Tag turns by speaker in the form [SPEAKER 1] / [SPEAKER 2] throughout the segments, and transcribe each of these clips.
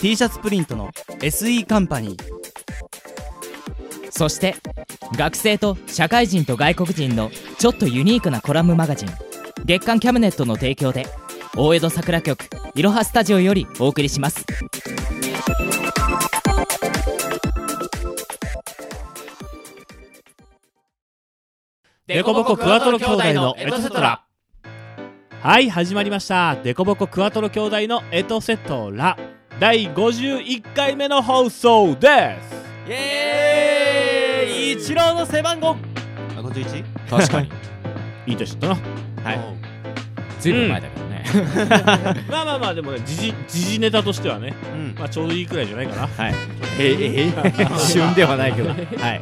[SPEAKER 1] T シャツプリントの SE カンパニー
[SPEAKER 2] そして学生と社会人と外国人のちょっとユニークなコラムマガジン月刊キャムネットの提供で大江戸桜局いろはスタジオよりお送りします
[SPEAKER 3] デコボコクワトロ兄弟のエトセトラはい始まりましたデコボコクワトロ兄弟のエトセトラ第51回目の放送です
[SPEAKER 4] イエーイ一郎の背番号
[SPEAKER 2] 確かに
[SPEAKER 3] いい年だなはい
[SPEAKER 2] ずいぶん前だけどね、
[SPEAKER 3] まあまあまあでもね時事時事ネタとしてはね、まあ、ちょうどいいくらいじゃないかな
[SPEAKER 4] はいええ 旬ではないけどはい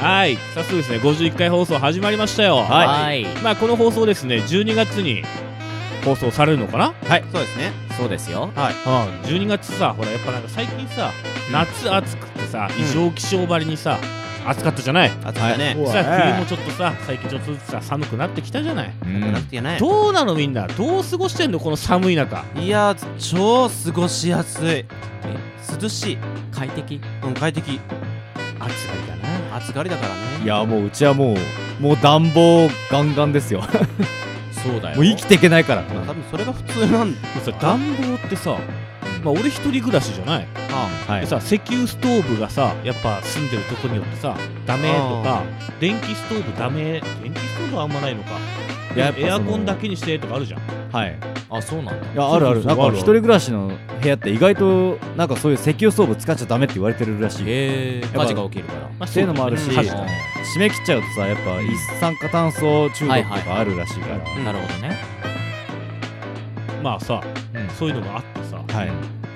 [SPEAKER 3] はい早速ですね51回放送始まりましたよ
[SPEAKER 2] はいい
[SPEAKER 3] まあこの放送ですね12月に放送されるのかな、
[SPEAKER 5] そうですね。
[SPEAKER 2] そうですよ
[SPEAKER 3] うん、12月さほらやっぱなんか最近さ夏暑くてさ異常気象ばりにさ、暑かったじゃない
[SPEAKER 5] 暑かったね。
[SPEAKER 3] さ冬もちょっとさ最近ちょっとずつさ寒くなってきたじゃない
[SPEAKER 5] なくてやない。
[SPEAKER 3] どうなのみんなどう過ごしてんのこの寒い中
[SPEAKER 5] いやー、超過ごしやすい。え、涼しい。
[SPEAKER 2] 快適
[SPEAKER 5] うん、快適。
[SPEAKER 3] 暑いかな
[SPEAKER 5] 暑がりだから
[SPEAKER 4] い
[SPEAKER 5] ね。
[SPEAKER 4] やもううちはもうもう暖房ガンガンですよ
[SPEAKER 3] そうだ
[SPEAKER 4] もう生きていけないから
[SPEAKER 5] まあ多分それが普通なんだ。
[SPEAKER 3] さ暖房ってさ、まあ、俺一人暮らしじゃない、
[SPEAKER 4] は
[SPEAKER 3] で
[SPEAKER 4] い
[SPEAKER 3] さ石油ストーブがさやっぱ住んでるとこによってさダメとか電気ストーブダメ電気ストーブはあんまないのか
[SPEAKER 4] いややっぱその
[SPEAKER 3] エアコンだけにしてとかあるじゃん
[SPEAKER 4] はい
[SPEAKER 2] あそうなんだ
[SPEAKER 4] いやあるある
[SPEAKER 3] そうそうそう
[SPEAKER 4] なんか
[SPEAKER 3] あるある
[SPEAKER 4] 一人暮らしの部屋って意外となんかそういう石油ストーブ使っちゃダメって言われてるらしいよ
[SPEAKER 2] へえ
[SPEAKER 4] ぱ
[SPEAKER 2] 火事が起きるから
[SPEAKER 3] まあ
[SPEAKER 4] っていうのもあるし
[SPEAKER 3] そうだよね
[SPEAKER 4] 締め切っちゃうとさやっぱ一酸化炭素中毒とかあるらしいからは
[SPEAKER 2] なるほどね
[SPEAKER 3] まあさ、
[SPEAKER 4] うん
[SPEAKER 3] そういうのがあってさ
[SPEAKER 4] い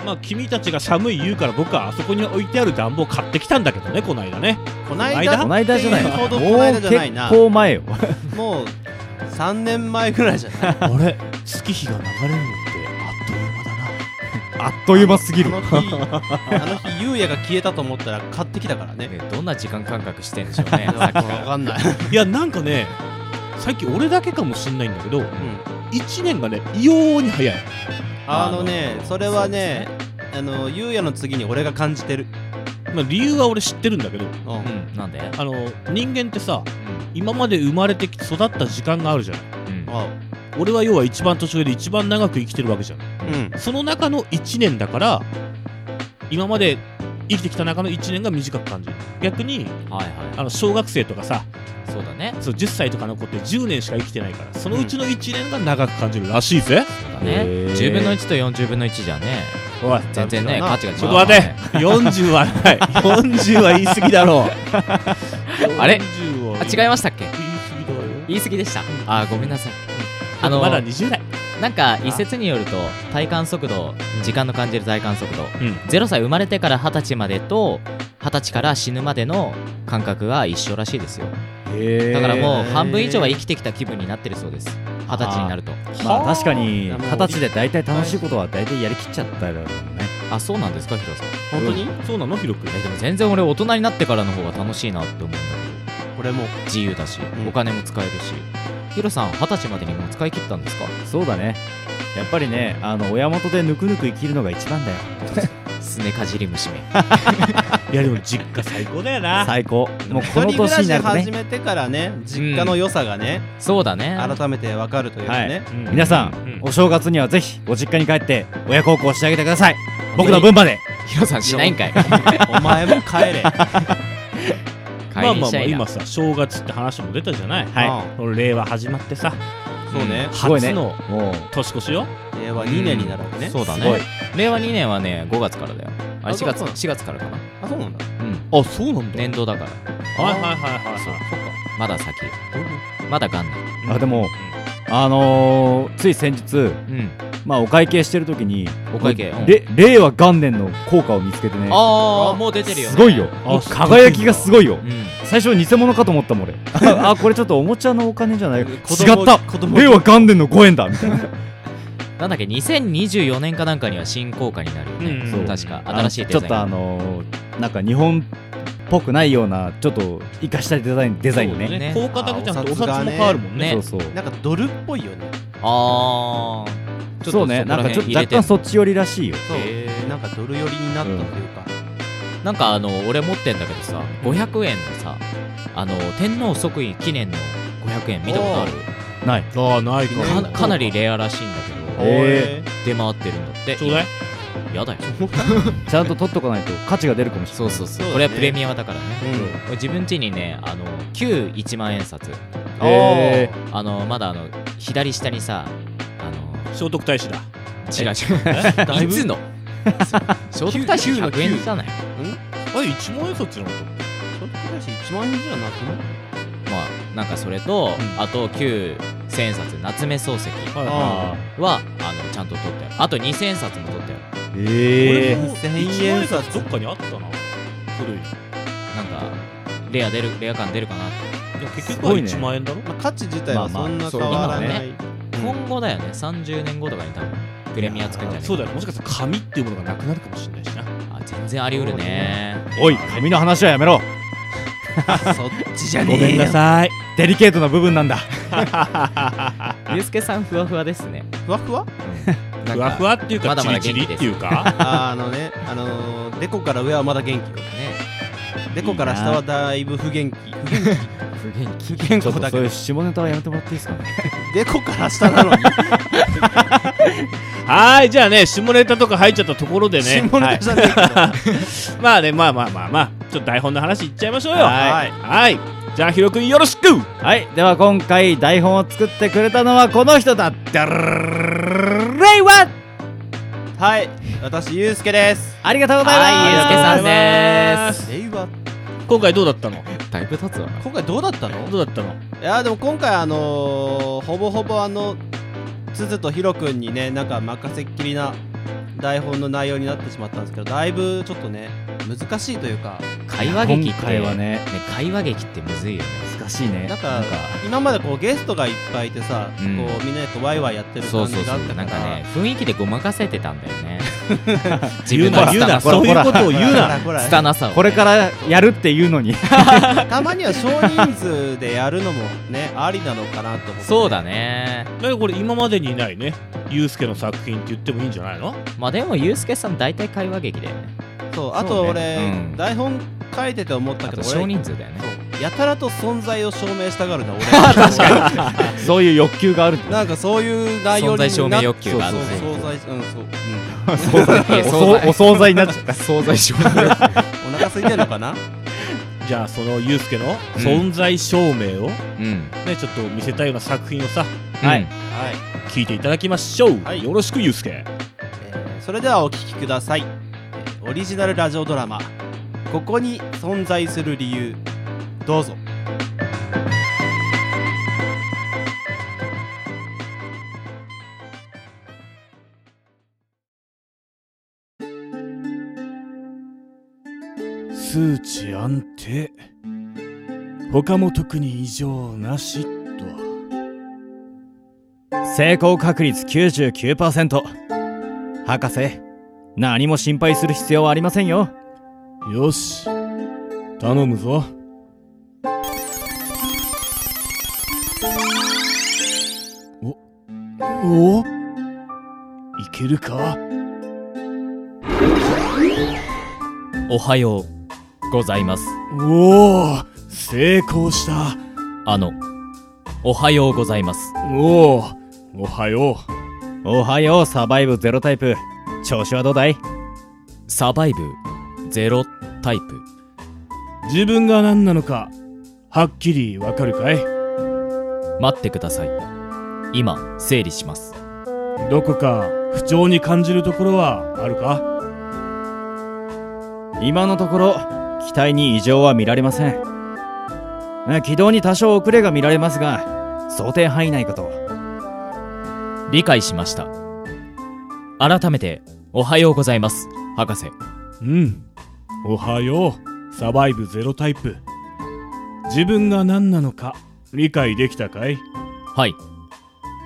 [SPEAKER 3] まあ君たちが寒い言うから僕はあそこに置いてある暖房買ってきたんだけどねこの間ね
[SPEAKER 5] こない
[SPEAKER 3] 間
[SPEAKER 5] だ。
[SPEAKER 4] こないだじゃない
[SPEAKER 5] ちょうどこ
[SPEAKER 4] も
[SPEAKER 5] な
[SPEAKER 4] う
[SPEAKER 5] いだじゃない
[SPEAKER 4] 結
[SPEAKER 5] な。
[SPEAKER 4] 構前よ
[SPEAKER 5] もう、3年前ぐらいじゃない。
[SPEAKER 3] あれ月日が流れるのってあっという間だな
[SPEAKER 4] あっという間すぎ
[SPEAKER 5] あ
[SPEAKER 4] る
[SPEAKER 5] の日、あの日、優也が消えたと思ったら買ってきたからね。
[SPEAKER 2] ねどんな時間感覚してんでしょうね
[SPEAKER 5] わ かんない。
[SPEAKER 3] いやなんかね最近俺だけかもしんないんだけど、
[SPEAKER 5] ん
[SPEAKER 3] 1年がね異様に早い
[SPEAKER 5] あのね、それはね、あの、優也の次に俺が感じてる。
[SPEAKER 3] まあ、理由は俺知ってるんだけど
[SPEAKER 5] う。
[SPEAKER 2] うんんなんで
[SPEAKER 3] あの人間ってさ
[SPEAKER 2] う
[SPEAKER 3] 今まで生まれてきて育った時間があるじゃん
[SPEAKER 2] ん
[SPEAKER 5] あ
[SPEAKER 3] 俺は要は一番年上で一番長く生きてるわけじゃん
[SPEAKER 5] うん。
[SPEAKER 3] その中の1年だから今まで生きてきた中の1年が短く感じる逆に
[SPEAKER 2] はいは
[SPEAKER 3] あの小学生とかさ
[SPEAKER 2] いそうだね
[SPEAKER 3] そう10歳とかの子って10年しか生きてないからそのうちの1年が長く感じるらしいぜ、
[SPEAKER 2] そうだ
[SPEAKER 4] へ
[SPEAKER 2] ね
[SPEAKER 4] ー
[SPEAKER 2] 10分の1と40分の1じゃね
[SPEAKER 3] おい
[SPEAKER 2] 全然ね
[SPEAKER 5] な
[SPEAKER 2] 価値が違う
[SPEAKER 3] ちょっと待て40はない40は言い過ぎだろう
[SPEAKER 2] あれ
[SPEAKER 3] 40は
[SPEAKER 2] あ違いましたっけ
[SPEAKER 3] 言い過ぎだよ
[SPEAKER 2] 言い過ぎでしたあーごめんなさいあの
[SPEAKER 3] まだ20代
[SPEAKER 2] なんか一説によると体感速度時間の感じる体感速度、
[SPEAKER 3] うん
[SPEAKER 2] 0歳生まれてから20歳までと20歳から死ぬまでの感覚が一緒らしいですよだからもう半分以上は生きてきた気分になってるそうです20歳になると
[SPEAKER 4] まあ確かに
[SPEAKER 5] はあ
[SPEAKER 4] 二十歳で大体楽しいことは大体やりきっちゃったよね
[SPEAKER 2] あそうなんですかヒロさん
[SPEAKER 5] 本当に
[SPEAKER 3] そうなのヒロ君
[SPEAKER 2] えでも全然俺大人になってからの方が楽しいなって思うんだけ
[SPEAKER 5] これもう、
[SPEAKER 2] ど自由だし、
[SPEAKER 5] ん
[SPEAKER 2] お金も使えるしヒロさん20歳までにもう使い切ったんですか
[SPEAKER 4] そうだねやっぱりねあの親元でぬくぬく生きるのが一番だよ
[SPEAKER 2] すねかじり虫め
[SPEAKER 3] いやでも実家最高だよな
[SPEAKER 4] 最高もう
[SPEAKER 5] 一
[SPEAKER 4] この
[SPEAKER 5] 人暮ら
[SPEAKER 4] 年に
[SPEAKER 5] し
[SPEAKER 4] なると
[SPEAKER 5] 始
[SPEAKER 4] ね
[SPEAKER 5] めてからね実家の良さがね、
[SPEAKER 2] そうだね
[SPEAKER 5] 改めてわかるというかね、
[SPEAKER 3] うん
[SPEAKER 4] 皆さん、
[SPEAKER 3] うん
[SPEAKER 4] お正月にはぜひご実家に帰って親孝行してあげてください僕の分まで
[SPEAKER 2] ヒロさんしないん かい
[SPEAKER 5] お前も帰
[SPEAKER 2] 帰りに
[SPEAKER 5] れ
[SPEAKER 2] したいな
[SPEAKER 3] まあまあまあ今さ正月って話も出たじゃない、
[SPEAKER 4] はい
[SPEAKER 5] うん
[SPEAKER 3] この令和始まってさ
[SPEAKER 5] そうね、
[SPEAKER 4] すごいね
[SPEAKER 3] 初の
[SPEAKER 4] もう
[SPEAKER 3] 年越しよ
[SPEAKER 5] 令和2年になるわけね、
[SPEAKER 2] そうだ
[SPEAKER 4] すご
[SPEAKER 2] ね
[SPEAKER 4] い
[SPEAKER 2] 令和2年はね5月からだよあれ
[SPEAKER 5] あ
[SPEAKER 2] 4
[SPEAKER 5] そう
[SPEAKER 2] 月4月からかな
[SPEAKER 5] あそうなんだ
[SPEAKER 2] うん
[SPEAKER 3] あそうなん
[SPEAKER 2] 年度だから
[SPEAKER 3] はいはいはいはい
[SPEAKER 2] そうまだ先まだ元年
[SPEAKER 3] うん
[SPEAKER 4] あでもあのー、つい先日、
[SPEAKER 2] うん
[SPEAKER 4] まあ、お会計してる時に
[SPEAKER 2] お会計うん
[SPEAKER 4] れ令和元年の効果を見つけてね
[SPEAKER 2] ああもう出てるよ
[SPEAKER 4] す
[SPEAKER 2] ね
[SPEAKER 4] ごいよ
[SPEAKER 3] あ
[SPEAKER 4] もう輝きがすごいよ
[SPEAKER 2] うん
[SPEAKER 4] 最初偽物かと思った もん俺ああこれちょっとおもちゃのお金じゃない違っ
[SPEAKER 5] 子供
[SPEAKER 4] た
[SPEAKER 5] 子供
[SPEAKER 4] 令和元年の5円だみたいな
[SPEAKER 2] なんだっけ2024年かなんかには新効果になるよね、
[SPEAKER 3] うん
[SPEAKER 2] そう確か新しいデザイン
[SPEAKER 4] ちょっとあのー、なんか日本っぽくないようなちょっと生かしたデザインデザインね
[SPEAKER 3] そう
[SPEAKER 2] ね
[SPEAKER 3] 効果だけじゃなくてお
[SPEAKER 5] あお札が
[SPEAKER 3] 札も
[SPEAKER 5] ね
[SPEAKER 3] 変わるもんね
[SPEAKER 2] ね
[SPEAKER 4] そうそう
[SPEAKER 5] なんかドルっぽいよね
[SPEAKER 2] あーちょっと
[SPEAKER 4] そうねなんかちょっと若干
[SPEAKER 2] そこ
[SPEAKER 4] そっち寄りらしいよ
[SPEAKER 5] そう、
[SPEAKER 2] へー
[SPEAKER 5] なんかドル寄りになったというか、
[SPEAKER 2] ら辺入れてなんかあの俺持ってんだけどさ500円のさあの天皇即位記念の500円見たことある
[SPEAKER 4] ない
[SPEAKER 3] ああない
[SPEAKER 5] おー
[SPEAKER 2] かかなりレアらしいんだけ
[SPEAKER 4] お
[SPEAKER 2] ど
[SPEAKER 4] へ
[SPEAKER 2] 出回ってるんだって
[SPEAKER 3] ちょうだい
[SPEAKER 2] やだよ
[SPEAKER 4] ちゃんと取っとかないと価値が出るかもしれ
[SPEAKER 2] そうそうそう
[SPEAKER 5] そうだね
[SPEAKER 2] これはプレミアムだからね
[SPEAKER 5] えー
[SPEAKER 2] これ自分家にねあの旧1万円札
[SPEAKER 5] うん
[SPEAKER 4] へー
[SPEAKER 2] あのまだあの左下にさあの
[SPEAKER 3] 聖徳太子だ
[SPEAKER 2] 違う違う。いつの聖徳太子100円じゃない
[SPEAKER 3] あ一万円札じゃなかっ
[SPEAKER 5] ちょっと暮らし1万円じゃなくない
[SPEAKER 2] まあなんかそれと、あと旧千円札夏目漱石
[SPEAKER 3] たはい
[SPEAKER 5] あ
[SPEAKER 2] はあのちゃんと取ったよあと二千円札も取ったよ
[SPEAKER 4] え
[SPEAKER 3] 俺
[SPEAKER 4] え
[SPEAKER 3] も
[SPEAKER 5] 千円札
[SPEAKER 3] 一万どっかにあったな古い
[SPEAKER 2] なんかレア出るレア感出るかなって
[SPEAKER 3] でも結
[SPEAKER 4] す
[SPEAKER 3] 局は
[SPEAKER 4] ごいね
[SPEAKER 3] 1万円だろ
[SPEAKER 5] まあ、価値自体は
[SPEAKER 4] まあまあ
[SPEAKER 5] そんな変わらない、
[SPEAKER 2] 今後だよね30年後とかに多分プレミアつくんじゃない
[SPEAKER 3] そうだよねもしかしたら紙っていうものがなくなるかもしれないしな
[SPEAKER 2] あ全然あり得るね
[SPEAKER 4] おい紙の話はやめろ
[SPEAKER 5] そっちじゃ
[SPEAKER 3] ごめんなさい
[SPEAKER 4] デリケートな部分なんだ
[SPEAKER 2] ゆうすけさんふわふわですね
[SPEAKER 5] ふわふわ
[SPEAKER 2] なんか
[SPEAKER 3] ふわふわっていうか
[SPEAKER 2] まだ
[SPEAKER 3] チ
[SPEAKER 2] まだ
[SPEAKER 3] リ
[SPEAKER 2] 元気で
[SPEAKER 3] チ
[SPEAKER 2] す
[SPEAKER 3] リっていうか
[SPEAKER 5] あーあのねあのー、デコから上はまだ元気よ
[SPEAKER 2] ね
[SPEAKER 5] デコから下はだいぶ不元気不元
[SPEAKER 2] 不元気
[SPEAKER 5] 気不
[SPEAKER 4] ちょ
[SPEAKER 5] 健
[SPEAKER 4] っ
[SPEAKER 5] 康
[SPEAKER 4] と
[SPEAKER 5] だ
[SPEAKER 4] そ
[SPEAKER 5] け
[SPEAKER 4] うい
[SPEAKER 5] ど
[SPEAKER 4] う下ネタはやめてもらっていいですかね
[SPEAKER 5] デコから下なのに、
[SPEAKER 3] はーいじゃあね下ネタとか入っちゃったところでね
[SPEAKER 5] 下ネタじゃねえけど、
[SPEAKER 3] はいまあねまあまあまあまあちょっと台本の話いっちゃいましょうよ
[SPEAKER 4] はい
[SPEAKER 3] はいじゃあヒロ君よろしく
[SPEAKER 4] はいでは今回台本を作ってくれたのはこの人だダルルレイワ
[SPEAKER 5] はい私ゆうすけです
[SPEAKER 4] ありがとうございます
[SPEAKER 2] はいゆうすけさんです
[SPEAKER 5] 令和
[SPEAKER 3] 今回どうだったの
[SPEAKER 2] だいぶ経つわ
[SPEAKER 5] 今回どうだったの
[SPEAKER 3] どうだったの
[SPEAKER 5] いやーでも今回あのー、ほぼほぼあの鈴とヒロ君にねなんか任せっきりな台本の内容になってしまったんですけどだいぶちょっとね難しいというか
[SPEAKER 2] 会話劇っ
[SPEAKER 4] 今
[SPEAKER 2] て
[SPEAKER 4] 回はね
[SPEAKER 2] ね会話劇ってむずいよね
[SPEAKER 4] 難しいね
[SPEAKER 5] なんか今までこうゲストがいっぱいいてさ、
[SPEAKER 2] うん
[SPEAKER 5] こうみんなでこうワイワイやってる
[SPEAKER 2] そ
[SPEAKER 5] 感
[SPEAKER 2] うそう
[SPEAKER 5] じ
[SPEAKER 2] そ
[SPEAKER 5] があ
[SPEAKER 2] う
[SPEAKER 5] った
[SPEAKER 2] な
[SPEAKER 5] から
[SPEAKER 2] んかね雰囲気でごまかせてたんだよね自
[SPEAKER 3] 言う
[SPEAKER 2] 分の
[SPEAKER 3] な言う
[SPEAKER 2] 拙さ
[SPEAKER 3] なそういうことを言う
[SPEAKER 5] ほ
[SPEAKER 3] な
[SPEAKER 5] らほら
[SPEAKER 2] 拙さをね
[SPEAKER 4] これからやるっていうのに
[SPEAKER 5] たまには少人数でやるのもねありなのかなと思って
[SPEAKER 2] そうだね
[SPEAKER 3] だけどこれ今までにないねユうスケの作品って言ってもいいんじゃないの
[SPEAKER 2] まあでもユうスケさん大体会話劇だよね
[SPEAKER 5] そうあと俺
[SPEAKER 2] うん
[SPEAKER 5] 台本書いてて思った
[SPEAKER 2] あ
[SPEAKER 5] け
[SPEAKER 2] と
[SPEAKER 5] ど
[SPEAKER 2] 少
[SPEAKER 5] 俺
[SPEAKER 2] 人数だよね
[SPEAKER 5] やたらと存在を証明したがるな俺確かに
[SPEAKER 4] そういう欲求があるんだ
[SPEAKER 5] なんかそういう内容にな
[SPEAKER 2] 存在証明欲求がある
[SPEAKER 5] そうそ
[SPEAKER 2] そ
[SPEAKER 5] う
[SPEAKER 2] う
[SPEAKER 5] 存在うんそう、
[SPEAKER 4] そう
[SPEAKER 2] いや
[SPEAKER 4] おそうお惣菜になっちゃった
[SPEAKER 2] 惣菜少
[SPEAKER 5] うん、お腹空いてんのかな
[SPEAKER 3] じゃあそのユうスケの存在証明をね
[SPEAKER 2] うん
[SPEAKER 3] ちょっと見せたような作品をさ
[SPEAKER 2] は
[SPEAKER 4] はいい
[SPEAKER 5] はい、
[SPEAKER 3] 聞いていただきましょう、
[SPEAKER 5] はい
[SPEAKER 3] よろしくユうスケ
[SPEAKER 5] えーそれではお聴きください、えーオリジナルラジオドラマ「ここに存在する理由」どうぞ
[SPEAKER 3] 数値安定他も特に異常なしっ
[SPEAKER 4] 成功確率99%博士何も心配する必要はありませんよ
[SPEAKER 3] とよし頼むぞおおいけるか
[SPEAKER 2] おはようございます
[SPEAKER 3] おお成功した
[SPEAKER 2] あのおはようございます
[SPEAKER 3] おおおはよ
[SPEAKER 4] おはようサバイブゼロタイプ調子はどうだい
[SPEAKER 2] サバイブゼロタイプ
[SPEAKER 3] う自分が何なのかはっきりわかるかい
[SPEAKER 2] 待ってください今整理します
[SPEAKER 3] どこか不調に感じるところはあるか
[SPEAKER 4] 今のところ機体に異常は見られませんうん軌道に多少遅れが見られますが想定範囲内かと
[SPEAKER 2] 理解しました改めておはようございます博士
[SPEAKER 3] うんおはようサバイブゼロタイプ自分が何なのか理解できたかい
[SPEAKER 2] はい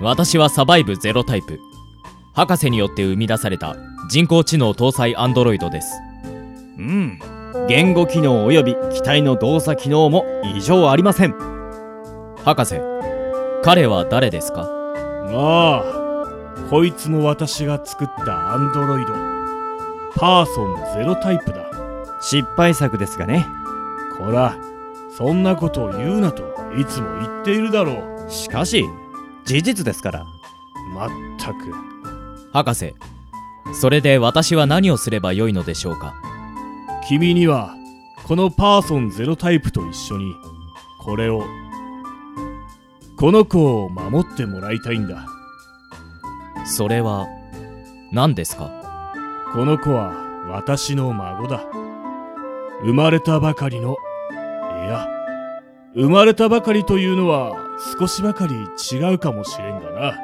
[SPEAKER 2] 私はサバイブゼロタイプ博士によって生み出された人工知能搭載アンドロイドです
[SPEAKER 4] うん言語機能及び機体の動作機能も異常ありません
[SPEAKER 2] 博士彼は誰ですか
[SPEAKER 3] ああこいつも私が作ったアンドロイドパーソンゼロタイプだ
[SPEAKER 4] 失敗作ですがね
[SPEAKER 3] こらそんなことを言うなといつも言っているだろう
[SPEAKER 4] しかし事実ですから
[SPEAKER 3] まったく
[SPEAKER 2] 博士それで私は何をすればよいのでしょうか
[SPEAKER 3] 君にはこのパーソンゼロタイプと一緒にこれをこの子を守ってもらいたいんだ
[SPEAKER 2] それは何ですか
[SPEAKER 3] この子は私の孫だ生まれたばかりのいや生まれたばかりというのは少しばかり違うかもしれんがな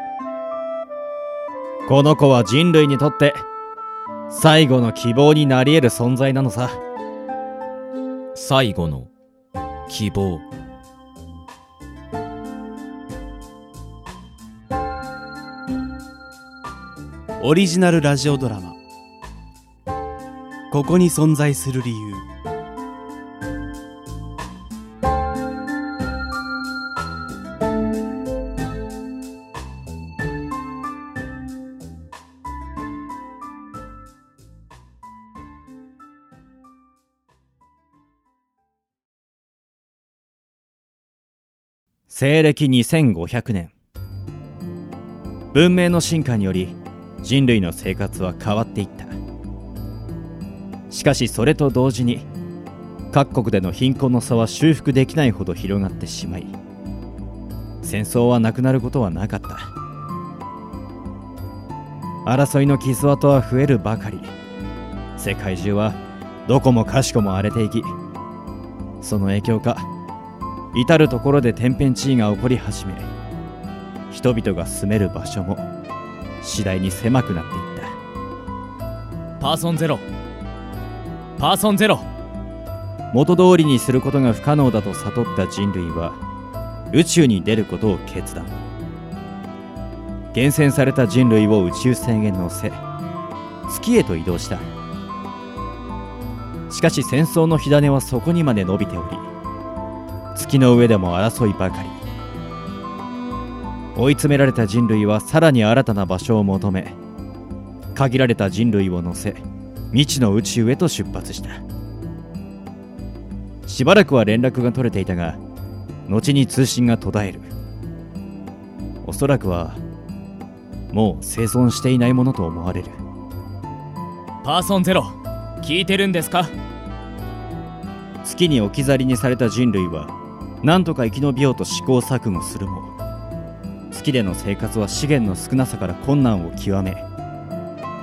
[SPEAKER 4] この子は人類にとって最後の希望になり得る存在なのさ
[SPEAKER 2] 最後の希望
[SPEAKER 1] オリジナルラジオドラマここに存在する理由
[SPEAKER 4] 西暦2500年文明の進化により人類の生活は変わっていったしかしそれと同時に各国での貧困の差は修復できないほど広がってしまい戦争はなくなることはなかった争いの傷跡は増えるばかり世界中はどこもかしこも荒れていきその影響か至る所で天変地異が起こり始め人々が住める場所も次第に狭くなっていった
[SPEAKER 2] パーソンゼロパーソンゼロ
[SPEAKER 4] 元通りにすることが不可能だと悟った人類は宇宙に出ることを決断厳選された人類を宇宙制限のせ月へと移動したしかし戦争の火種はそこにまで伸びており月の上でも争いばかり追い詰められた人類はさらに新たな場所を求め限られた人類を乗せ未知の宇宙へと出発したしばらくは連絡が取れていたが後に通信が途絶えるおそらくはもう生存していないものと思われる
[SPEAKER 2] パーソンゼロ聞いてるんですか
[SPEAKER 4] 月に置き去りにされた人類は何とか生き延びようと試行錯誤するも月での生活は資源の少なさから困難を極め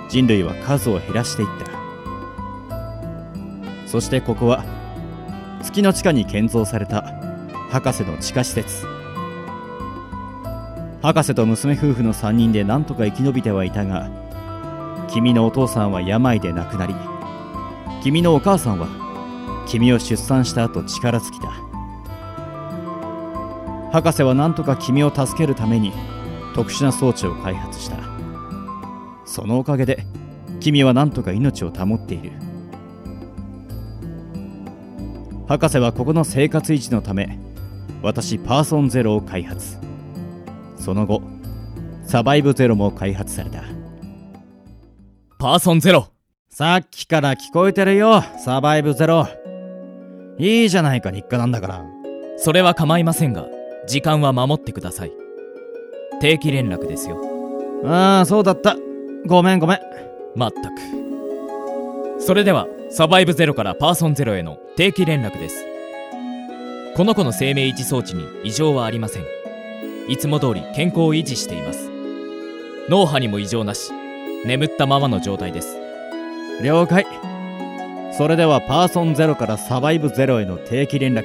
[SPEAKER 4] 人類は数を減らしていったそしてここは月の地下に建造された博士の地下施設博士と娘夫婦の3人で何とか生き延びてはいたが君のお父さんは病で亡くなり君のお母さんは君を出産した後力尽きた博士は何とか君を助けるために特殊な装置を開発したそのおかげで君は何とか命を保っている博士はここの生活維持のため私パーソンゼロを開発その後サバイブゼロも開発された
[SPEAKER 2] パーソンゼロ
[SPEAKER 4] さっきから聞こえてるよ、サバイブゼロ。いいじゃないか、日課なんだから。
[SPEAKER 2] それは構いませんが時間は守ってください定期連絡ですよ
[SPEAKER 4] ああ、そうだった。ごめんごめん。
[SPEAKER 2] まったくそれではサバイブゼロからパーソンゼロへの定期連絡ですこの子の生命維持装置に異常はありませんいつも通り健康を維持しています脳波にも異常なし眠ったままの状態です
[SPEAKER 4] 了解。それではパーソンゼロからサバイブゼロへの定期連絡。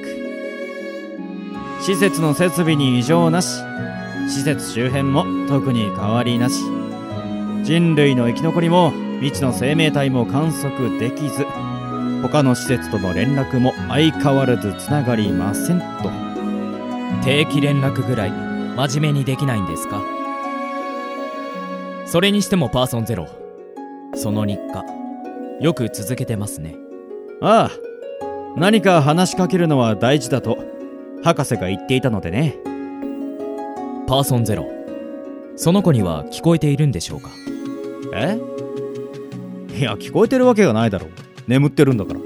[SPEAKER 4] 施設の設備に異常なし。施設周辺も特に変わりなし。人類の生き残りも未知の生命体も観測できず、他の施設との連絡も相変わらずつながりませんと。
[SPEAKER 2] 定期連絡ぐらい真面目にできないんですかそれにしてもパーソンゼロその日課よく続けてますね
[SPEAKER 4] ああ、何か話しかけるのは大事だと、博士が言っていたのでね。
[SPEAKER 2] パーソンゼロその子には聞こえているんでしょうか
[SPEAKER 4] えいや聞こえてるわけがないだろ眠ってるんだから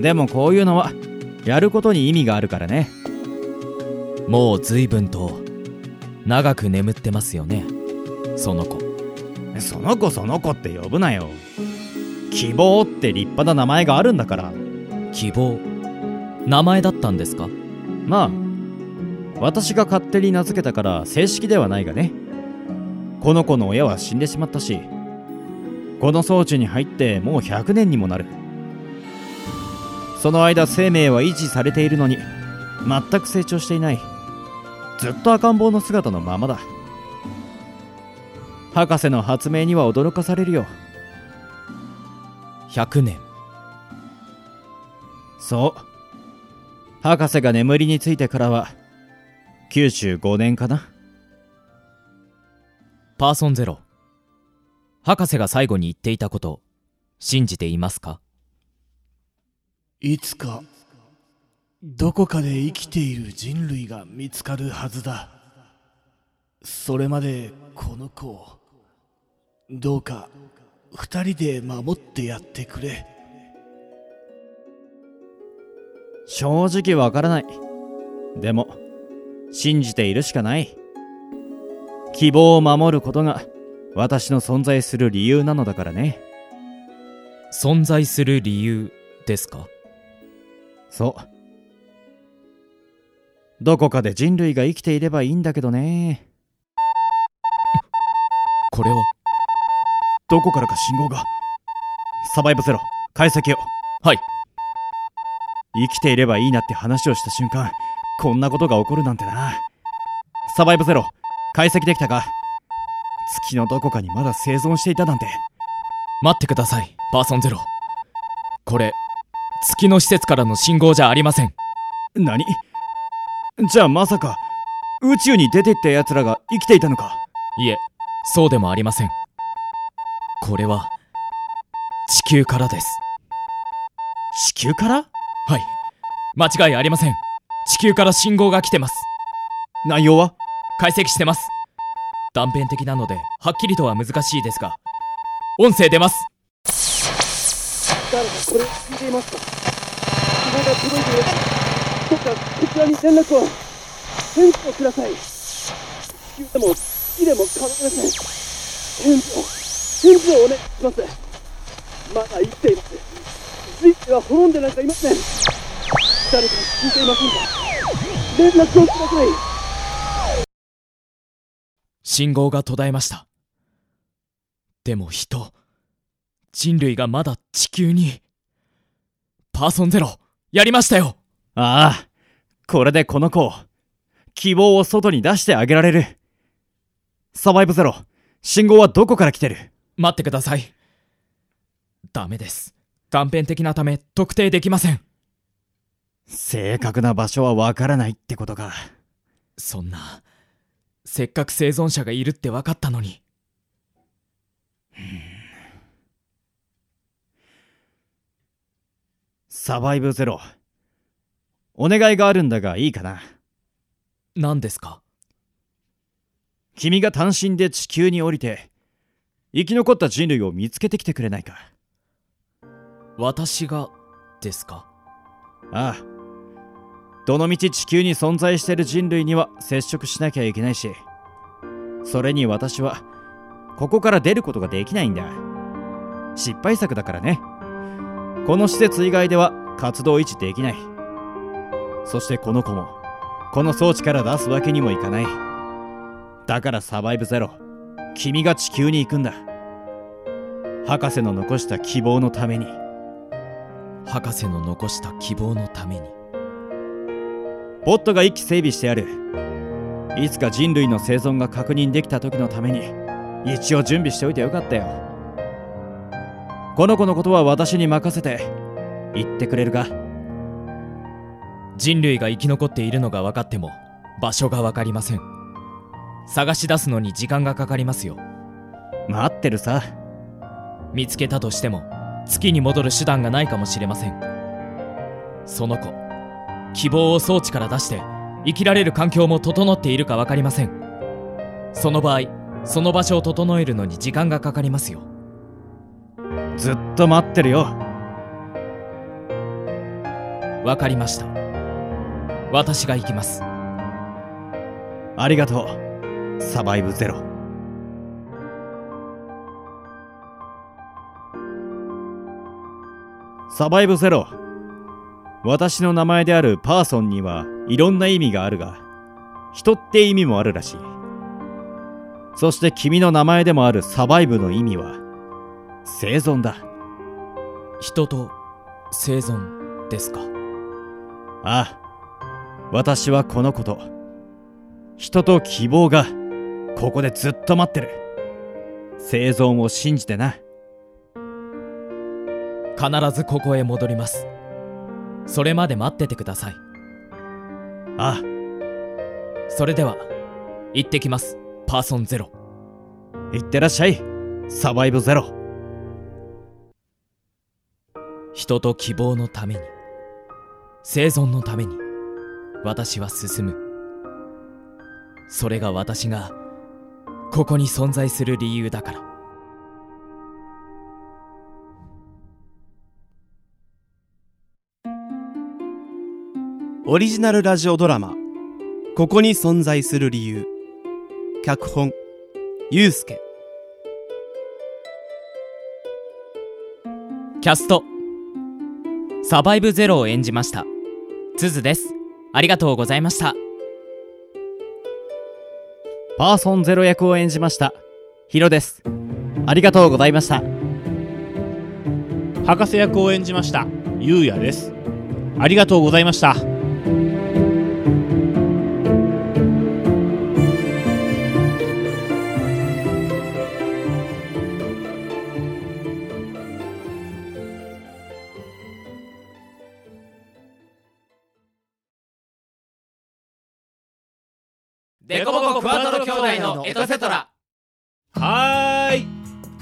[SPEAKER 4] でもこういうのはやることに意味があるからね
[SPEAKER 2] もう随分と長く眠ってますよねその子
[SPEAKER 4] その子その子って呼ぶなよ希望って立派な名前があるんだから
[SPEAKER 2] 希望名前だったんですか
[SPEAKER 4] まあ私が勝手に名付けたから正式ではないがねこの子の親は死んでしまったしこの装置に入ってもう100年にもなるその間生命は維持されているのに全く成長していないずっと赤ん坊の姿のままだ博士の発明には驚かされるよ
[SPEAKER 2] 100年
[SPEAKER 4] そう博士が眠りについてからは95年かな
[SPEAKER 2] パーソンゼロ博士が最後に言っていたこと信じていますか
[SPEAKER 6] いつかどこかで生きている人類が見つかるはずだそれまでこの子をどうか二人で守ってやってくれ
[SPEAKER 4] 正直わからないでも信じているしかない希望を守ることが私の存在する理由なのだからね
[SPEAKER 2] 存在する理由ですか
[SPEAKER 4] そうどこかで人類が生きていればいいんだけどね
[SPEAKER 2] これは
[SPEAKER 4] どこからか信号がサバイブゼロ解析を
[SPEAKER 2] はい
[SPEAKER 4] 生きていればいいなって話をした瞬間こんなことが起こるなんてなサバイブゼロ解析できたか月のどこかにまだ生存していたなんて
[SPEAKER 2] 待ってくださいパーソンゼロこれ月の施設からの信号じゃありません
[SPEAKER 4] 何じゃあまさか宇宙に出てった奴らが生きていたのか
[SPEAKER 2] いえそうでもありませんこれは地球からです
[SPEAKER 4] 地球から
[SPEAKER 2] はい間違いありません地球から信号が来てます
[SPEAKER 4] 内容は
[SPEAKER 2] 解析してます断片的なのではっきりとは難しいですが音声出ます
[SPEAKER 7] 誰かこれ聞いていますか希望が届いていますどうかこちらに連絡を天使をください地球でも月でも構いません天使を天使をお願いしますまだ生きています人生は滅んでなんかいません誰か聞いていませんか連絡をください
[SPEAKER 2] 信号が途絶えましたでも人人類がまだ地球にパーソンゼロやりましたよ
[SPEAKER 4] ああこれでこの子を希望を外に出してあげられるサバイブゼロ信号はどこから来てる
[SPEAKER 2] 待ってくださいダメです断片的なため特定できません
[SPEAKER 4] 正確な場所はわからないってことか
[SPEAKER 2] そんなせっかく生存者がいるって分かったのに
[SPEAKER 4] サバイブゼロお願いがあるんだがいいかな
[SPEAKER 2] 何ですか
[SPEAKER 4] 君が単身で地球に降りて生き残った人類を見つけてきてくれないか
[SPEAKER 2] 私がですか
[SPEAKER 4] ああどのみち地球に存在している人類には接触しなきゃいけないしそれに私はここから出ることができないんだ失敗作だからねこの施設以外では活動維持できないそしてこの子もこの装置から出すわけにもいかないだからサバイブゼロ君が地球に行くんだ博士の残した希望のために
[SPEAKER 2] 博士の残した希望のために
[SPEAKER 4] ボットが一機整備してあるいつか人類の生存が確認できた時のために一応準備しておいてよかったよこの子のことは私に任せて言ってくれるか
[SPEAKER 2] 人類が生き残っているのが分かっても場所が分かりません探し出すのに時間がかかりますよ
[SPEAKER 4] 待ってるさ
[SPEAKER 2] 見つけたとしても月に戻る手段がないかもしれませんその子希望を装置から出して生きられる環境も整っているか分かりませんその場合その場所を整えるのに時間がかかりますよ
[SPEAKER 4] ずっと待ってるよ
[SPEAKER 2] 分かりました私が行きます
[SPEAKER 4] ありがとうサバイブゼロサバイブゼロ私の名前であるパーソンにはいろんな意味があるが人って意味もあるらしいそして君の名前でもあるサバイブの意味は生存だ
[SPEAKER 2] 人と生存ですか
[SPEAKER 4] ああ私はこのこと人と希望がここでずっと待ってる生存を信じてな
[SPEAKER 2] 必ずここへ戻りますそれまで待っててください
[SPEAKER 4] ああ
[SPEAKER 2] それでは行ってきますパーソンゼロ
[SPEAKER 4] いってらっしゃいサバイブゼロ
[SPEAKER 2] 人と希望のために生存のために私は進むそれが私がここに存在する理由だから
[SPEAKER 5] オリジナルラジオドラマ「ここに存在する理由」脚本ゆうすけ
[SPEAKER 2] キャストサバイブゼロを演じました鈴ですありがとうございました
[SPEAKER 4] パーソンゼロ役を演じましたヒロですありがとうございました
[SPEAKER 3] 博士役を演じましたゆうやですありがとうございました
[SPEAKER 8] デコボコクワトロ兄弟のエトセトラ
[SPEAKER 3] はーい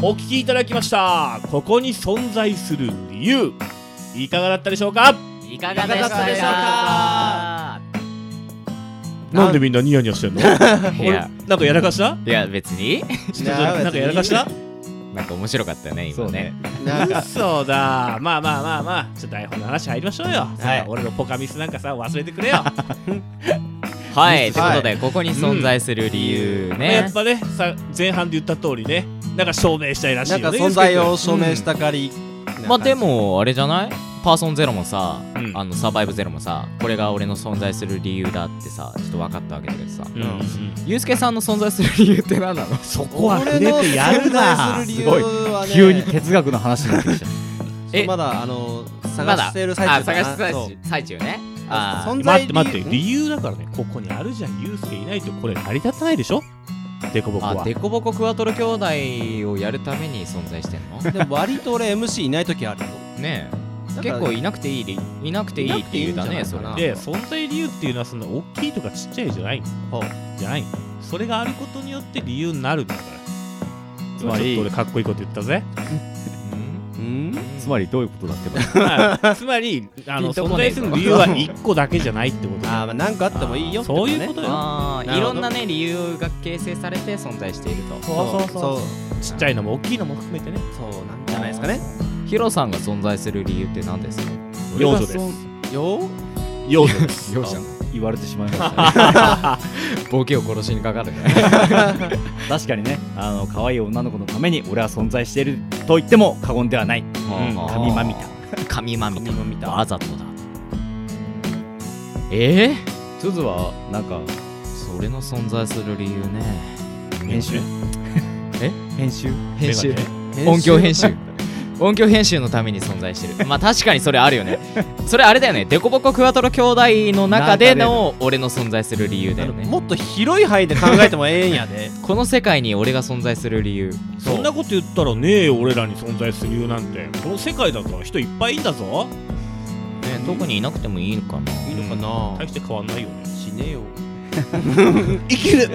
[SPEAKER 3] お聞きいただきましたここに存在する理由いかがだったでしょうか
[SPEAKER 8] いかがでしたでしょうか
[SPEAKER 3] なんでみんなニヤニヤしてんの
[SPEAKER 9] いや、
[SPEAKER 3] なんかやらかした
[SPEAKER 9] いや別に、
[SPEAKER 3] ちょっとなんかやらかした
[SPEAKER 9] なんか面白かったね、今ね。
[SPEAKER 5] なんか
[SPEAKER 3] そうだまあまあまあまあちょっと台本の話入りましょうよ、さあ俺のポカミスなんかさ忘れてくれよ、
[SPEAKER 9] はい、ということで、ここに存在する理由
[SPEAKER 3] まあや
[SPEAKER 9] ね
[SPEAKER 3] っ。ぱねさ前半で言った通りねなんか証明したいらしい
[SPEAKER 5] な
[SPEAKER 3] よ
[SPEAKER 5] ん
[SPEAKER 3] ね
[SPEAKER 5] か存在を証明したかり、
[SPEAKER 9] まあでも、あれじゃないパーソンゼロもさ、
[SPEAKER 3] うん
[SPEAKER 9] あのサバイブゼロもさ、これが俺の存在する理由だってさ、ちょっと分かったわけだけどさ、
[SPEAKER 3] うんうん
[SPEAKER 9] ユうスケさんの存在する理由って何なの
[SPEAKER 3] そこは
[SPEAKER 5] 俺
[SPEAKER 3] 触
[SPEAKER 5] の
[SPEAKER 3] れてやるな
[SPEAKER 5] 存在する理由はね
[SPEAKER 4] 急に哲学の話になってきた
[SPEAKER 9] え
[SPEAKER 5] まだあの
[SPEAKER 9] ま
[SPEAKER 5] 探
[SPEAKER 9] だ、あ、
[SPEAKER 5] して
[SPEAKER 9] 探して
[SPEAKER 5] る最中
[SPEAKER 9] る
[SPEAKER 5] だな
[SPEAKER 9] 最
[SPEAKER 5] そう
[SPEAKER 9] 中最中ね。あー
[SPEAKER 3] 待
[SPEAKER 5] 存在
[SPEAKER 3] っ
[SPEAKER 5] 理
[SPEAKER 3] て
[SPEAKER 5] 由
[SPEAKER 3] 待って理由だからねここにあるじゃんユうスケいないとこれ成り立たないでしょデコボコ
[SPEAKER 9] あ、
[SPEAKER 3] は
[SPEAKER 9] デコボコクワトロ兄弟をやるために存在してんの
[SPEAKER 5] でも割と俺 MC いない時あるよ
[SPEAKER 9] ねえ。
[SPEAKER 5] なんか
[SPEAKER 9] 結構いなくていい理、いなくていいっていうだね、
[SPEAKER 5] いなくてい
[SPEAKER 9] そ
[SPEAKER 5] いんじゃ
[SPEAKER 9] れ
[SPEAKER 5] ないかな。
[SPEAKER 3] で存在理由っていうのはその大きいとかちっちゃいじゃないのじゃないのそれがあることによって理由になるんだから
[SPEAKER 4] つまり
[SPEAKER 3] ちょっと俺かっこいいこと言った ぜ
[SPEAKER 9] うん
[SPEAKER 5] うん
[SPEAKER 4] つまりどういうこと だってば
[SPEAKER 3] まあつまりあの
[SPEAKER 9] ピンと
[SPEAKER 3] 存
[SPEAKER 9] こねえ
[SPEAKER 3] 在する理由は1個だけじゃないってこと
[SPEAKER 5] あ
[SPEAKER 3] だ
[SPEAKER 5] ーまあなんかあってもいいよって
[SPEAKER 3] そういう
[SPEAKER 5] ね
[SPEAKER 3] ことよ
[SPEAKER 9] あ
[SPEAKER 5] な
[SPEAKER 9] あい
[SPEAKER 5] るほ
[SPEAKER 9] ろ
[SPEAKER 5] ど
[SPEAKER 9] んなね理由が形成されて存在していると
[SPEAKER 5] そうそうそう
[SPEAKER 3] ちっちゃいのも大きいのも含めてね
[SPEAKER 5] そうなんじゃないですかね
[SPEAKER 9] 広
[SPEAKER 2] ヒロさんが存在する理由って何ですか
[SPEAKER 3] 幼女です
[SPEAKER 2] よ
[SPEAKER 3] 幼女です
[SPEAKER 2] 幼女
[SPEAKER 4] 言われてしまいました、ね、
[SPEAKER 2] ボケを殺しにかかるね
[SPEAKER 4] 確かにねあの可愛い女の子のために俺は存在していると言っても過言ではない、うん、神まみた
[SPEAKER 2] 神まみたわざとだええ
[SPEAKER 4] すずはなんか
[SPEAKER 2] それの存在する理由ね
[SPEAKER 4] 編集
[SPEAKER 2] え
[SPEAKER 4] 編集
[SPEAKER 2] 編集音響編集音響編集のために存在してるまあ確かにそれあるよねそれあれだよねデコボコクワトロ兄弟の中での俺の存在する理由だよね
[SPEAKER 5] もっと広い範囲で考えてもええんやで
[SPEAKER 2] この世界に俺が存在する理由
[SPEAKER 3] そんなこと言ったらねえよ俺らに存在する理由なんてこの世界だと人いっぱいいんだぞ
[SPEAKER 2] ね特にいなくてもいいのかない
[SPEAKER 5] いのかな、
[SPEAKER 3] 大して変わんないよね
[SPEAKER 5] 死ねよ
[SPEAKER 3] 生きる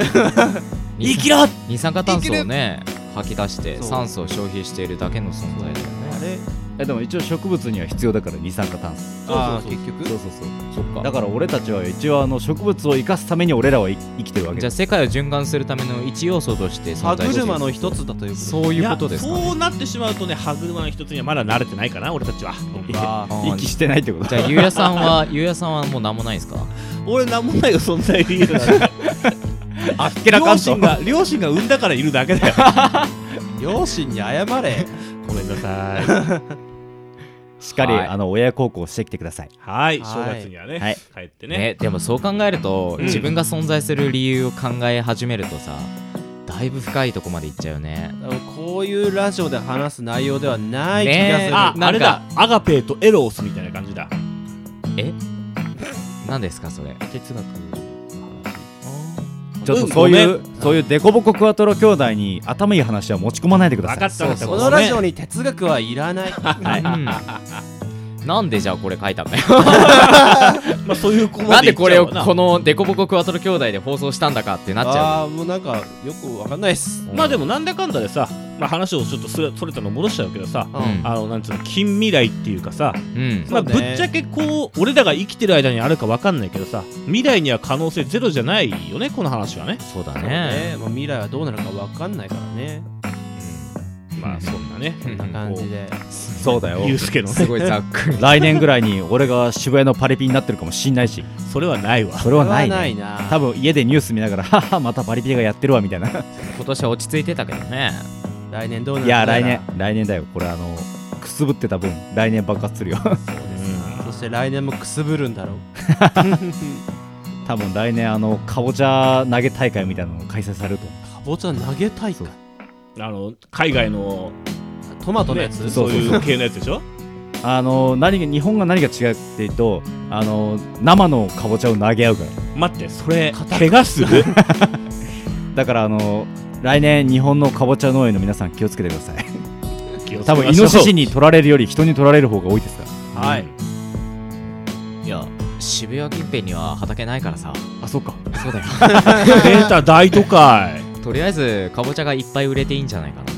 [SPEAKER 3] 生きろ
[SPEAKER 2] 二酸化炭素をね吐き出して酸素を消費しているだけの存在だよね
[SPEAKER 5] あれ
[SPEAKER 4] えでも一応植物には必要だから二酸化炭素
[SPEAKER 5] ああ結局
[SPEAKER 4] そうそうそう
[SPEAKER 2] そっか
[SPEAKER 4] だから俺たちは一応あの植物を生かすために俺らは生生きてるわけ
[SPEAKER 2] じ
[SPEAKER 4] で
[SPEAKER 2] ゃあ
[SPEAKER 4] す
[SPEAKER 2] 世界を循環するための一要素として
[SPEAKER 5] 歯
[SPEAKER 2] 存在している
[SPEAKER 5] 車の一つだということ
[SPEAKER 2] そういうことですか
[SPEAKER 3] いや
[SPEAKER 2] ね
[SPEAKER 3] そうなってしまうとね歯車の一つにはまだ慣れてないかな俺たちは
[SPEAKER 2] あー
[SPEAKER 4] 息してないってこと
[SPEAKER 2] じゃあゆうやさんは ゆうやさんはもう何もないんですか
[SPEAKER 3] 俺なんもないよ存在理由だから
[SPEAKER 4] あっけらか
[SPEAKER 3] 両
[SPEAKER 4] んと
[SPEAKER 3] 親が両親が産んだからいるだけだよ
[SPEAKER 5] 両親に謝れ
[SPEAKER 3] ごめんなさ
[SPEAKER 4] しっかり
[SPEAKER 2] はい
[SPEAKER 4] あの親孝行してきてください
[SPEAKER 3] いはい正
[SPEAKER 5] はい
[SPEAKER 3] 月にはね、
[SPEAKER 4] はい
[SPEAKER 3] 帰ってね
[SPEAKER 2] ねでもそう考えると
[SPEAKER 3] うん
[SPEAKER 2] 自分が存在する理由を考え始めるとさだいぶ深いとこまでいっちゃうよね
[SPEAKER 5] こういうラジオで話す内容ではない気
[SPEAKER 2] ねえ
[SPEAKER 3] あ
[SPEAKER 5] が
[SPEAKER 2] なんか
[SPEAKER 3] あれだアガペーとエロースみたいな感じだ
[SPEAKER 2] 何ですかそれ
[SPEAKER 3] 哲学
[SPEAKER 4] ちょっとそうい
[SPEAKER 3] う
[SPEAKER 4] う
[SPEAKER 3] ん
[SPEAKER 4] そういうデコボコクワトロ兄弟に頭いい話は持ち込まないでくだ
[SPEAKER 3] 分
[SPEAKER 4] さ
[SPEAKER 3] か
[SPEAKER 4] い
[SPEAKER 3] った分かっ
[SPEAKER 5] す
[SPEAKER 3] た
[SPEAKER 5] るこのラジオに哲学はいら ない
[SPEAKER 2] うんなんでじゃあこれ書いたんだよ
[SPEAKER 3] まあそういう子
[SPEAKER 2] なんでこれを
[SPEAKER 3] ま
[SPEAKER 2] このデコボコクワトロ兄弟で放送したんだかってなっちゃ
[SPEAKER 5] ああもうなんかよくわかんないっす
[SPEAKER 3] あでもなんだかんだでさ、まあ、話をちょっとそれそれたの戻しちゃうけどさ
[SPEAKER 2] ううん
[SPEAKER 3] あのなんつうの近未来っていうかさ、
[SPEAKER 2] うん
[SPEAKER 3] まあ、
[SPEAKER 5] そ
[SPEAKER 3] ぶ
[SPEAKER 5] うね
[SPEAKER 3] っちゃけこう俺らが生きてる間にあるかわかんないけどさ未来には可能性ゼロじゃないよねこの話はね
[SPEAKER 2] そうだ
[SPEAKER 5] ね
[SPEAKER 2] ね
[SPEAKER 5] えもう未来はどうなるかわかんないからね
[SPEAKER 3] まあそんなね
[SPEAKER 2] うん
[SPEAKER 3] こう
[SPEAKER 5] 感じで
[SPEAKER 4] そうだよ
[SPEAKER 3] ゆうすけの
[SPEAKER 2] す
[SPEAKER 3] ね
[SPEAKER 2] ごいざっくり
[SPEAKER 4] 来年ぐらいに俺が渋谷のパリピになってるかもしんないし
[SPEAKER 3] それはないわ
[SPEAKER 4] それはない
[SPEAKER 5] それはない
[SPEAKER 4] ね
[SPEAKER 5] な
[SPEAKER 4] 多分家でニュース見ながら「 はっはまたパリピがやってるわ」みたいな
[SPEAKER 2] 今年は落ち着いてたけどね
[SPEAKER 5] 来年どうなる
[SPEAKER 4] いや来年 来年だよこれあのくすぶってた分来年爆発するよ
[SPEAKER 5] そして来年もくすぶるんだろう
[SPEAKER 4] 多分来年あのかぼちゃ投げ大会みたいなの開催されると思
[SPEAKER 5] かぼちゃ投げたいか
[SPEAKER 3] あの海外の、
[SPEAKER 5] トマトのや
[SPEAKER 3] ね、
[SPEAKER 5] つ
[SPEAKER 3] そう
[SPEAKER 4] そう
[SPEAKER 3] い
[SPEAKER 4] そう
[SPEAKER 3] 系のやつでしょ
[SPEAKER 4] うあの何が日本が何が違うっていうとあの生のかぼちゃを投げ合うから
[SPEAKER 3] 待ってそれ怪我する
[SPEAKER 4] だからあの来年日本のかぼちゃ農園の皆さん気をつけてください
[SPEAKER 3] 気をつけましょう
[SPEAKER 4] 多分イノシシに取られるより人に取られる方が多いですから
[SPEAKER 3] はい
[SPEAKER 2] いや渋谷近辺には畑ないからさ
[SPEAKER 4] あそっか
[SPEAKER 2] そうだよ
[SPEAKER 3] 出た大都会
[SPEAKER 2] とりあえずかぼちゃがいっぱい売れていいんじゃないかな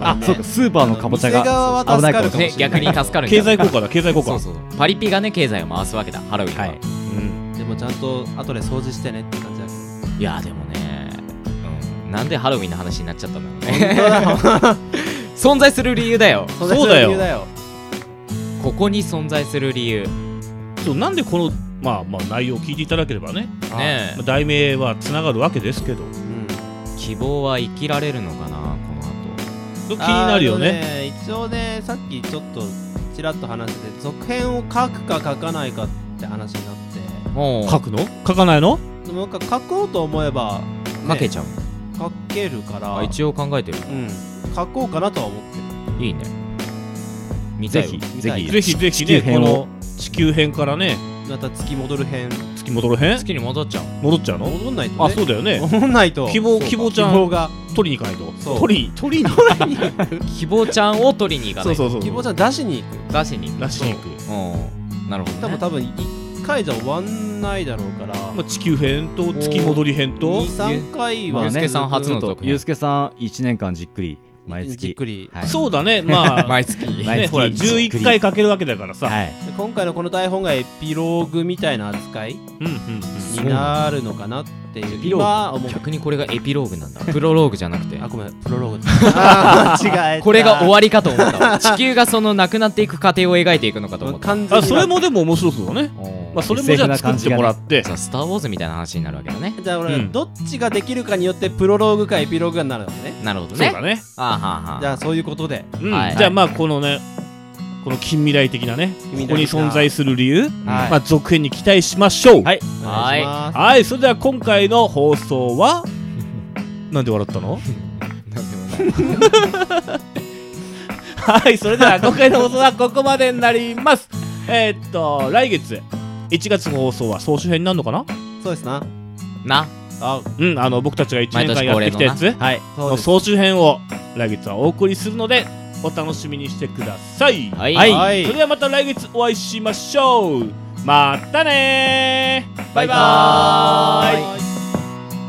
[SPEAKER 4] あそうかスーパーのかぼちゃ
[SPEAKER 5] 店側は
[SPEAKER 4] が危
[SPEAKER 5] 助
[SPEAKER 4] ない
[SPEAKER 5] か
[SPEAKER 4] か
[SPEAKER 5] る
[SPEAKER 4] も
[SPEAKER 5] か
[SPEAKER 4] し
[SPEAKER 5] も
[SPEAKER 4] れ
[SPEAKER 2] ね
[SPEAKER 5] しれな
[SPEAKER 2] 逆に
[SPEAKER 5] い
[SPEAKER 2] 助かるんじ
[SPEAKER 3] 経
[SPEAKER 2] ゃない
[SPEAKER 3] 済効果だ経済効果
[SPEAKER 2] そうそうそうパリピがね経済を回すわけだハロウィン
[SPEAKER 4] は
[SPEAKER 2] は、
[SPEAKER 4] いい、
[SPEAKER 3] うん
[SPEAKER 5] でもちゃんと後で掃除してねって感じだけ
[SPEAKER 2] やでもね、うん、なんでハロウィンの話になっちゃったんだろうね 存在する理由だよ
[SPEAKER 5] ど
[SPEAKER 3] そうだよ
[SPEAKER 5] 理由だよ
[SPEAKER 2] ここに存在する理由
[SPEAKER 3] そうなんでこのまあまあ内容を聞いていただければね
[SPEAKER 2] ね
[SPEAKER 3] まあ題名はつながるわけですけど
[SPEAKER 5] うん
[SPEAKER 2] 希望は生きられるのかなこの後
[SPEAKER 3] 気になるよね
[SPEAKER 5] あのね一応ねさっきちょっとちらっと話してて続編を書くか書かないかって話になっ
[SPEAKER 2] も
[SPEAKER 3] 書くの書かないの
[SPEAKER 5] てでもなんか書こうと思えば、
[SPEAKER 2] かけちゃう、
[SPEAKER 5] ゃ書けるから
[SPEAKER 2] あ一応考えてる
[SPEAKER 5] うん書こうかなとは思ってる
[SPEAKER 2] いいね見た
[SPEAKER 4] ぜ
[SPEAKER 2] い
[SPEAKER 4] ひ
[SPEAKER 2] わ
[SPEAKER 4] ぜひ
[SPEAKER 3] ぜひぜひ
[SPEAKER 4] 地球
[SPEAKER 3] ねこ
[SPEAKER 4] 編を
[SPEAKER 3] の地球編からね
[SPEAKER 5] また月戻る編
[SPEAKER 3] 月戻る編
[SPEAKER 2] 月に戻っちゃう
[SPEAKER 3] 戻っちゃうの
[SPEAKER 5] 戻んないと、ね、
[SPEAKER 3] あそうだよね
[SPEAKER 5] 戻んないと
[SPEAKER 3] 希望希望ちゃ
[SPEAKER 5] 希望
[SPEAKER 3] ん
[SPEAKER 5] が
[SPEAKER 3] 取りに行かない
[SPEAKER 5] そう
[SPEAKER 3] と取り取りに
[SPEAKER 2] 希望ちゃんを取りに行かないと
[SPEAKER 3] うそ
[SPEAKER 5] 希望ちゃん出しに行く
[SPEAKER 2] 出しに行く
[SPEAKER 3] 出しに行く
[SPEAKER 2] うんなるほ
[SPEAKER 5] 多
[SPEAKER 2] ど、
[SPEAKER 5] 分
[SPEAKER 2] ね、
[SPEAKER 5] 多分1回じゃ終わんないだろうから
[SPEAKER 3] まあ、地球編と月戻り編と
[SPEAKER 5] 23回
[SPEAKER 2] ゆ
[SPEAKER 5] は
[SPEAKER 2] うすけさん初の続
[SPEAKER 4] ゆう
[SPEAKER 2] 編
[SPEAKER 4] すけさん1年間じっくり毎月
[SPEAKER 5] じっくり、
[SPEAKER 4] はい
[SPEAKER 3] そうだ ねまあ
[SPEAKER 9] 毎月
[SPEAKER 4] 毎
[SPEAKER 3] ね
[SPEAKER 4] 月
[SPEAKER 3] ほら11回かけるわけだからさ
[SPEAKER 4] はい
[SPEAKER 5] で今回のこの台本がエピローグみたいな扱い
[SPEAKER 3] うんうんうん
[SPEAKER 5] になるのかなっていう
[SPEAKER 9] ピローグ
[SPEAKER 5] 今 は思う
[SPEAKER 9] 逆にこれがエピローグなんだプロローグじゃなくて
[SPEAKER 5] あごめんプロローグあー間違えた
[SPEAKER 9] これが終わりかと思ったわ地球がそのなくなっていく過程を描いていくのかと思った
[SPEAKER 5] 完全
[SPEAKER 3] あ
[SPEAKER 5] に
[SPEAKER 3] それもでも面白そうだねまあそれもじゃあ作ってもらって
[SPEAKER 9] そうスター・ウォーズみたいな話になるわけだね
[SPEAKER 5] じゃあ俺、
[SPEAKER 3] うん
[SPEAKER 5] どっちができるかによってプロローグかエピローグがなるのね
[SPEAKER 9] なるほど
[SPEAKER 3] そう
[SPEAKER 9] ね
[SPEAKER 3] だね
[SPEAKER 9] あーはー
[SPEAKER 5] じ
[SPEAKER 9] は
[SPEAKER 5] ゃあそういうことで
[SPEAKER 3] うん
[SPEAKER 9] はい
[SPEAKER 3] じゃあまあこのねこの近未来的なねこ
[SPEAKER 5] 未来的
[SPEAKER 3] こ
[SPEAKER 5] な
[SPEAKER 3] に存在する理由
[SPEAKER 5] はい
[SPEAKER 3] まあ続編に期待しましょうはい
[SPEAKER 5] お願いします
[SPEAKER 3] はいそれでは今回の放送は なんで笑ったの
[SPEAKER 9] ーなんでもない
[SPEAKER 3] はい、それでは今回の放送はここまでになります。えーっと、来月、1月の放送は総集編になるのかな
[SPEAKER 5] そうですな
[SPEAKER 9] な
[SPEAKER 5] あ
[SPEAKER 3] うん、あの、僕たちが1年間
[SPEAKER 9] 毎年
[SPEAKER 3] やっ
[SPEAKER 9] 恒
[SPEAKER 3] て
[SPEAKER 9] 例
[SPEAKER 3] き
[SPEAKER 9] の
[SPEAKER 3] た
[SPEAKER 9] な
[SPEAKER 3] やつ、はい、
[SPEAKER 5] そう
[SPEAKER 3] の
[SPEAKER 5] です
[SPEAKER 3] 総集編を来月はお送りするので、お楽しみにしてください。
[SPEAKER 9] はい
[SPEAKER 5] はい
[SPEAKER 3] それではまた来月お会いしましょう。またねー
[SPEAKER 9] バイバーイ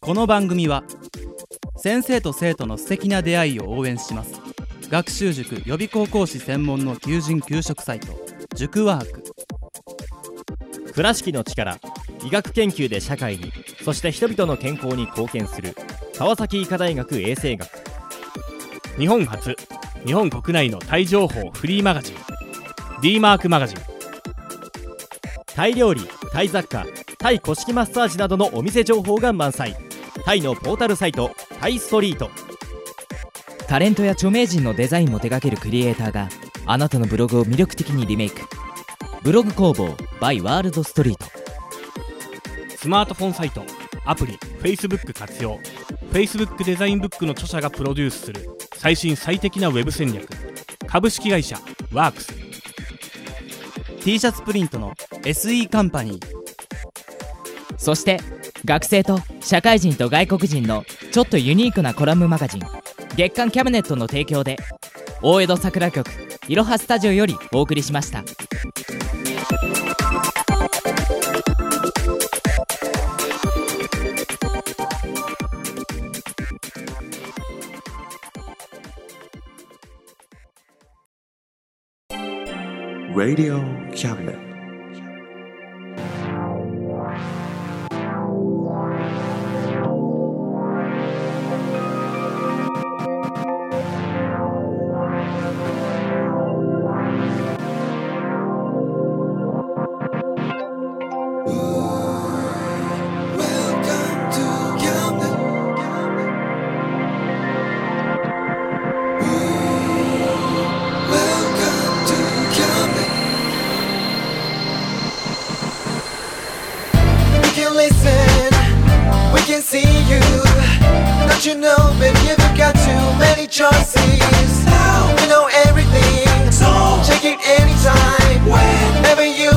[SPEAKER 1] この番組は先生と生徒の素敵な出会いを応援します学習塾予備高校師専門の求人・求職サイト塾ワーク
[SPEAKER 10] 倉敷の力医学研究で社会にそして人々の健康に貢献する川崎医科大学衛生学
[SPEAKER 3] 日本初日本国内のタイ情報フリーマガジン D マークマガジン
[SPEAKER 10] タイ料理タイ雑貨タイ古式マッサージなどのお店情報が満載タイのポータルサイトタイストリート
[SPEAKER 2] タレントや著名人のデザインも手掛けるクリエイターがあなたのブログを魅力的にリメイクブログ工房 by ワールドストリート
[SPEAKER 3] スマートフォンサイトアプリ Facebook 活用 Facebook デザインブックの著者がプロデュースする最新最適なウェブ戦略株式会社ワークス
[SPEAKER 1] T シャツプリントの SE カンパニー
[SPEAKER 2] そして学生と社会人と外国人のちょっとユニークなコラムマガジン月刊キャムネットの提供で大江戸桜局いろはスタジオよりお送りしました
[SPEAKER 11] Radio Cabinet.
[SPEAKER 12] We can listen, we can see you. Don't you know, baby, you've got too many choices. Now we know everything, so check it anytime. Whenever you